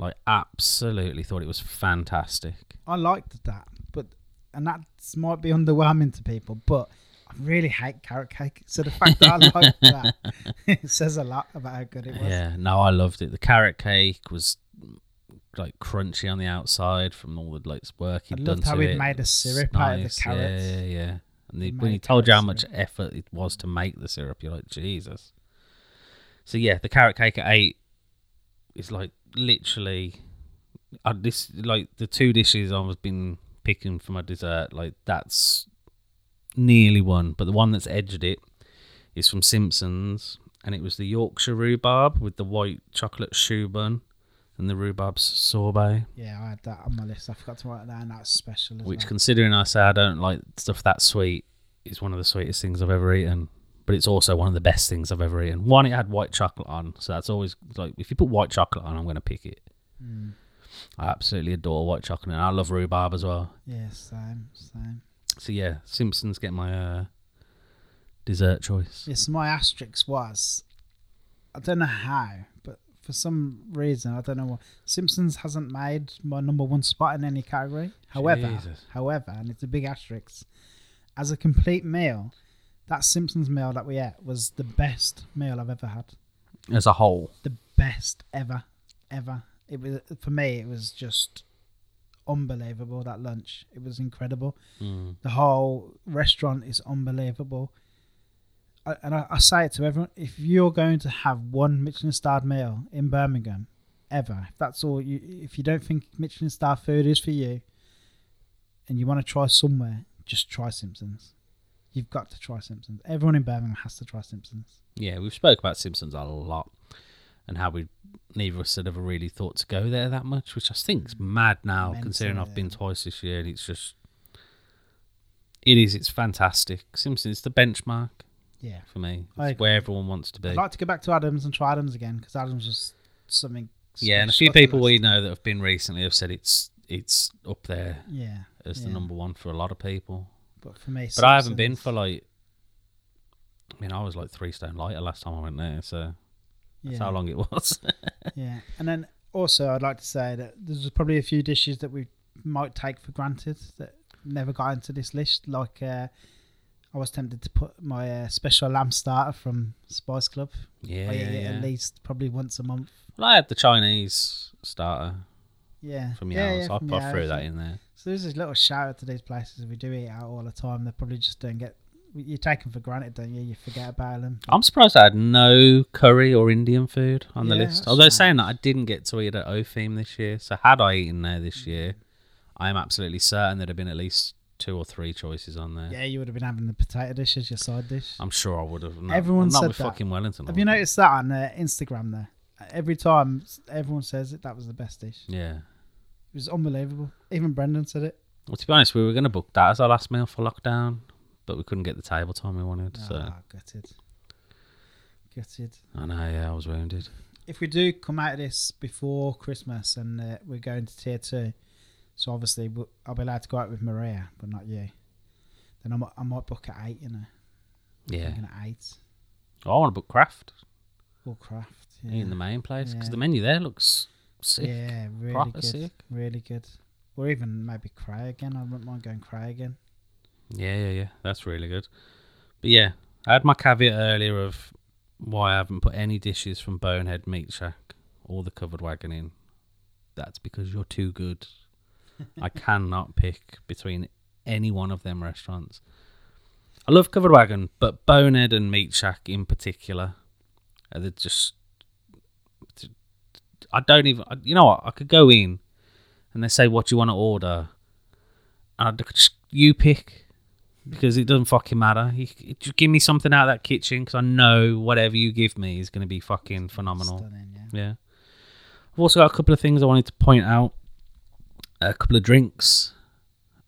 S3: Like absolutely thought it was fantastic.
S2: I liked that, but and that might be underwhelming to people, but I really hate carrot cake. So the fact that I liked that it says a lot about how good it was.
S3: Yeah, no, I loved it. The carrot cake was like crunchy on the outside from all the like work he'd
S2: I
S3: done
S2: loved how
S3: to
S2: he'd
S3: it.
S2: made a
S3: It's
S2: syrup out of the
S3: nice,
S2: carrots.
S3: Yeah, yeah, yeah. And
S2: He
S3: he, when
S2: made
S3: he
S2: a
S3: told you how
S2: carrot
S3: much
S2: syrup.
S3: effort it was to make the syrup, you're like, Jesus. So yeah, the carrot cake at eight is like literally uh, this like the two dishes I've been picking for my dessert. Like that's nearly one, but the one that's edged it is from Simpsons, and it was the Yorkshire rhubarb with the white chocolate shoe bun and the rhubarb s- sorbet.
S2: Yeah, I had that on my list. I forgot to write that down. That's special as
S3: Which,
S2: well.
S3: considering I say I don't like stuff that sweet, is one of the sweetest things I've ever eaten. but it's also one of the best things I've ever eaten. One, it had white chocolate on, so that's always like if you put white chocolate on, I'm gonna pick it.
S2: Mm.
S3: I absolutely adore white chocolate, and I love rhubarb as well.
S2: Yeah, same, same.
S3: So yeah, Simpsons get my uh, dessert choice.
S2: Yes, my asterisk was, I don't know how, but for some reason, I don't know what, Simpsons hasn't made my number one spot in any category. However,
S3: Jesus.
S2: however, and it's a big asterisk, as a complete meal, that Simpsons meal that we ate was the best meal I've ever had.
S3: As a whole,
S2: The best ever, ever. It was for me. It was just unbelievable. That lunch. It was incredible.
S3: mm.
S2: The whole restaurant is unbelievable. I, and I, I say it to everyone: if you're going to have one Michelin starred meal in Birmingham, ever, if that's all you, if you don't think Michelin star food is for you, and you want to try somewhere, just try Simpsons. You've got to try Simpsons. Everyone in Birmingham has to try Simpsons.
S3: yeah, we've spoke about Simpsons a lot, and how we neither of us had ever really thought to go there that much, which I think's mad now,
S2: Mental,
S3: considering I've been
S2: yeah.
S3: twice this year, and it's just, it is, it's fantastic. Simpsons, it's the benchmark
S2: Yeah,
S3: for me.
S2: I
S3: It's
S2: agree.
S3: where everyone wants to be.
S2: I'd like to go back to Adams and try Adams again because Adams was something.
S3: Yeah, and a
S2: special about
S3: few
S2: the
S3: people
S2: last-
S3: we know that have been recently have said it's it's up there
S2: Yeah,
S3: as the
S2: Yeah.
S3: number one for a lot of people.
S2: but for me,
S3: But I haven't been for like. I mean, I was like three stone lighter last time I went there, so that's how long it was.
S2: Oh, Yeah, and then also I'd like to say that there's probably a few dishes that we might take for granted that never got into this list. Like uh, I was tempted to put my uh, special lamb starter from Spice Club.
S3: yeah,
S2: I eat
S3: yeah,
S2: it
S3: yeah.
S2: at least probably once a month.
S3: Well, I had the Chinese starter
S2: Yeah,
S3: from
S2: yeah,
S3: Yow's.
S2: yeah,
S3: I,
S2: from
S3: I threw
S2: Yao's.
S3: that in there.
S2: So there's this little shout out to these places we do eat out all the time. They probably just don't get. You take them for granted, don't you? You forget about them.
S3: I'm surprised I had no curry or Indian food on the
S2: Yeah,
S3: list.
S2: that's
S3: Although
S2: nice.
S3: saying that, I didn't get to eat at Ophim this year. So had I eaten there
S2: Mm.
S3: this year, I am absolutely certain there'd have been at least two or three choices on there.
S2: Yeah, you would have been having the potato dish as your side dish.
S3: I'm sure I would have. No,
S2: Everyone
S3: not
S2: said
S3: with
S2: that.
S3: fucking Wellington. I
S2: Have you
S3: wouldn't.
S2: noticed that on uh, Instagram? There, every time s- everyone says it, that was the best dish.
S3: Yeah.
S2: It was unbelievable. Even Brendan said it.
S3: Well, to be honest, we were going to book that as our last meal for lockdown, but we couldn't get the table time we wanted. So
S2: Ah, gutted. Gutted.
S3: I know, yeah, I was wounded.
S2: If we do come out of this before Christmas and uh, we're going to tier two, so obviously we I'll be allowed to go out with Maria, but not you. Then I might, I might book at eight, you know.
S3: Yeah.
S2: Thinking at eight
S3: Oh, I want to book craft
S2: or craft.
S3: in the main place because
S2: Yeah.
S3: the menu there looks sick.
S2: Yeah, really
S3: Proper
S2: good.
S3: sick.
S2: Really good. Or even maybe cry again. I wouldn't mind going cry again.
S3: Yeah, yeah, yeah. That's really good. But yeah, I had my caveat earlier of why I haven't put any dishes from Bonehead Meat Shack or the Covered Wagon in. That's because you're too good. I cannot pick between any one of them restaurants. I love Covered Wagon, but Bonehead and Meat Shack in particular, uh, they're just. I don't even. I- You know what? I could go in and they say, What do you want to order? And I'd just, you pick because it doesn't fucking matter. You, you just give me something out of that kitchen because I know whatever you give me is going to be fucking phenomenal.
S2: Stunning, yeah.
S3: Yeah. I've also got a couple of things I wanted to point out. A couple of drinks,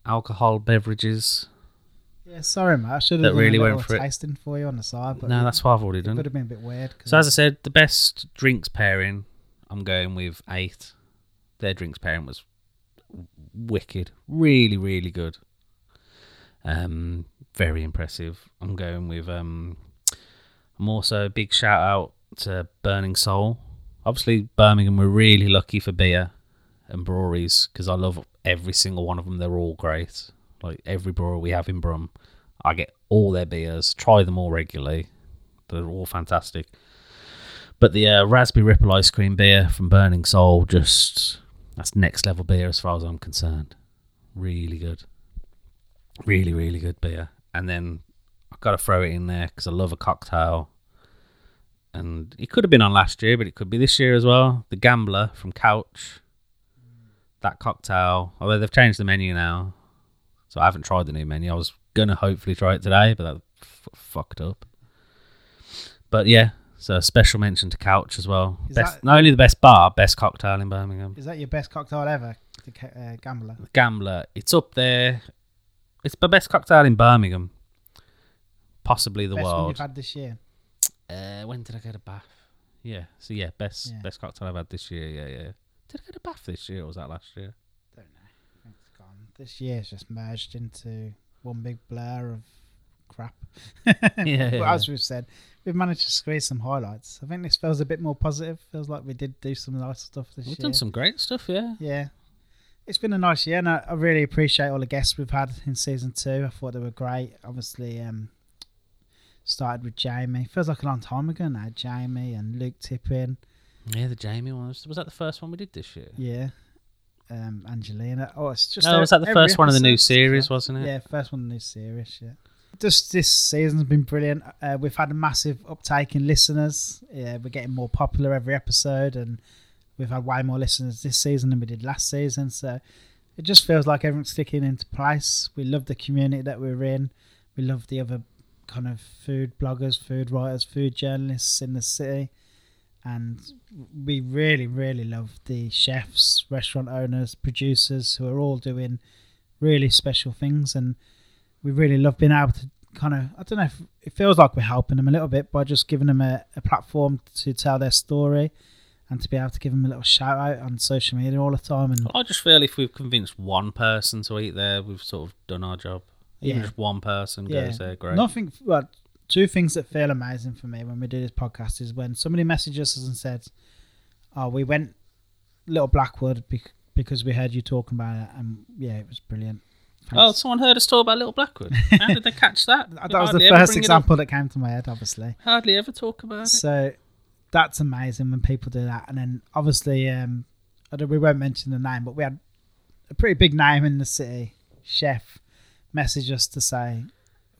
S3: alcohol beverages.
S2: Yeah, sorry, mate. I should have
S3: That
S2: done
S3: really
S2: a
S3: went
S2: little
S3: for it.
S2: tasting for you on the side, but
S3: No,
S2: it-
S3: that's what I've already
S2: it would
S3: done.
S2: have been a bit weird. 'cause
S3: So as I said, the best drinks pairing, I'm going with eight. Their drinks pairing was wicked, really, really good. Um, very impressive. I'm going with um. I'm also a big shout out to Burning Soul. Obviously, Birmingham were really lucky for beer and breweries because I love every single one of them. They're all great. Like every brewer we have in Brum, I get all their beers, try them all regularly. They're all fantastic. But the uh, raspberry ripple ice cream beer from Burning Soul, just that's next level beer as far as I'm concerned. Really good, really really good beer. And then I've got to throw it in there because I love a cocktail. And it could have been on last year, but it could be this year as well. The Gambler from Couch, that cocktail. Although they've changed the menu now, so I haven't tried the new menu. I was gonna hopefully try it today, but that f- fucked up. But yeah, so a special mention to Couch as well.
S2: Is
S3: Best,
S2: that-
S3: not only the best bar, best cocktail in Birmingham.
S2: Is that your best cocktail ever, the ca- uh, gambler?
S3: The Gambler. It's up there. It's the best cocktail in Birmingham. possibly the
S2: Best one
S3: world.
S2: you've had this year.
S3: Uh, when did I go to Bath? Yeah. So yeah, best
S2: Yeah.
S3: best cocktail I've had this year. Yeah, yeah. Did I go to Bath this year or was that last year?
S2: Don't know. I think it's gone. This year's just merged into one big blur of crap.
S3: Yeah,
S2: But
S3: yeah.
S2: as we've said, we've managed to squeeze some highlights. I think this feels a bit more positive. Feels like we did do some nice stuff this
S3: We've
S2: year.
S3: done some great stuff. Yeah.
S2: Yeah. It's been a nice year, and I, I really appreciate all the guests we've had in season two. I thought they were great. Obviously, um, started with Jamie. Feels like a long time ago now. Jamie and Luke Tippin.
S3: Yeah, the Jamie one was, was that the first one we did this year?
S2: Yeah. Um, Angelina. Oh, it's just.
S3: no, was that the
S2: every
S3: first one of the new
S2: episode's
S3: series,
S2: great.
S3: wasn't it?
S2: Yeah, first one of the new series. Yeah. Just this season's been brilliant. Uh, we've had a massive uptake in listeners. Yeah, we're getting more popular every episode, and we've had way more listeners this season than we did last season. So it just feels like everything's sticking into place. We love the community that we're in. We love the other kind of food bloggers, food writers, food journalists in the city. And we really, really love the chefs, restaurant owners, producers who are all doing really special things. And we really love being able to kind of, I don't know, if it feels like we're helping them a little bit by just giving them a, a platform to tell their story and to be able to give them a little shout out on social media all the time. And
S3: Well, I just feel if we've convinced one person to eat there, we've sort of done our job. Even
S2: Yeah.
S3: if one person
S2: Yeah.
S3: goes there, great.
S2: Nothing. Well, two things that feel amazing for me when we do this podcast is when somebody messages us and said, "Oh, we went Little Blackwood bec- because we heard you talking about it, and yeah, it was brilliant."
S3: oh,
S2: Thanks.
S3: someone heard us talk about Little Blackwood. How did they catch that?
S2: that
S3: We
S2: was
S3: hardly
S2: the
S3: ever
S2: first
S3: bring it up.
S2: example that came to my head, obviously.
S3: Hardly ever talk about it.
S2: So that's amazing when people do that. And then obviously, um, I don't, we won't mention the name, but we had a pretty big name in the city chef message us to say,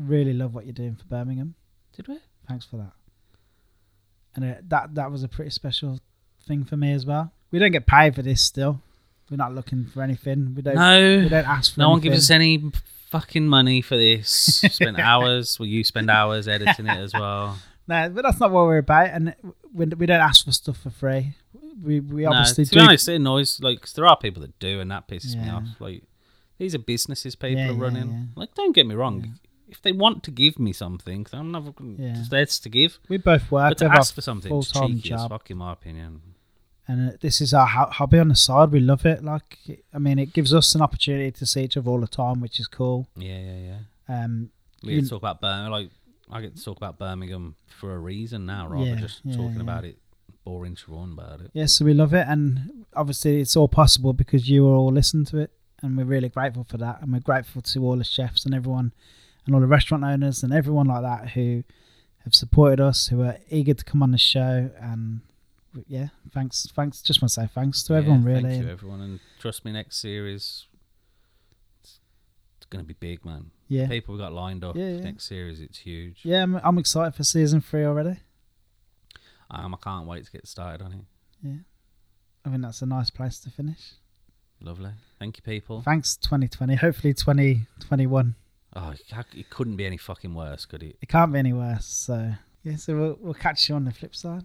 S2: "Really love what you're doing for Birmingham."
S3: Did we?
S2: thanks for that. And uh, that that was a pretty special thing for me as well. We don't get paid for this. Still, we're not looking for anything. We don't.
S3: No.
S2: We don't ask for.
S3: No one
S2: anything.
S3: gives us any fucking money for this. Spent hours. Well, you spend hours editing it as well.
S2: No, but that's not what we're about, and we, we don't ask for stuff for free. We we
S3: No,
S2: obviously
S3: to
S2: do.
S3: be honest, it annoys. Like, 'cause there are people that do, and that pisses me
S2: Yeah.
S3: off. Like, these are businesses people
S2: Yeah,
S3: are
S2: yeah,
S3: running.
S2: yeah.
S3: Like, don't get me wrong. If they want to give me something, I'm never going
S2: Yeah.
S3: to theirs to give.
S2: We both work.
S3: But to
S2: we have our
S3: ask for something it's
S2: full-time
S3: cheeky as
S2: job.
S3: fuck, in my opinion.
S2: and uh, this is our ho- hobby on the side. We love it. Like, I mean, it gives us an opportunity to see each other all the time, which is cool.
S3: Yeah, yeah, yeah.
S2: Um,
S3: We
S2: You-
S3: get to talk about Birmingham. Like, I get to talk about Birmingham for a reason now, rather
S2: Yeah,
S3: than just
S2: yeah,
S3: talking
S2: yeah.
S3: about it, boring Sharon about it.
S2: Yeah, so we love it, and obviously it's all possible because you all listen to it, and we're really grateful for that, and we're grateful to all the chefs and everyone, and all the restaurant owners and everyone like that who have supported us, who are eager to come on the show, and w- yeah, thanks, thanks. Just want to say thanks to
S3: Yeah,
S2: everyone, really.
S3: Thank you,
S2: and
S3: everyone, and trust me, next series, it's, it's gonna be big, man.
S2: yeah,
S3: People we got lined up
S2: Yeah, yeah.
S3: next series, it's huge.
S2: yeah, I'm, I'm excited for season three already.
S3: Um, I can't wait to get started on it.
S2: I think that's a nice place to finish.
S3: Lovely. Thank you, people.
S2: Thanks, 2020. Hopefully, 2021.
S3: Oh, it ca- it couldn't be any fucking worse, could it?
S2: It can't be any worse. So yeah, so we'll, we'll catch you on the flip side.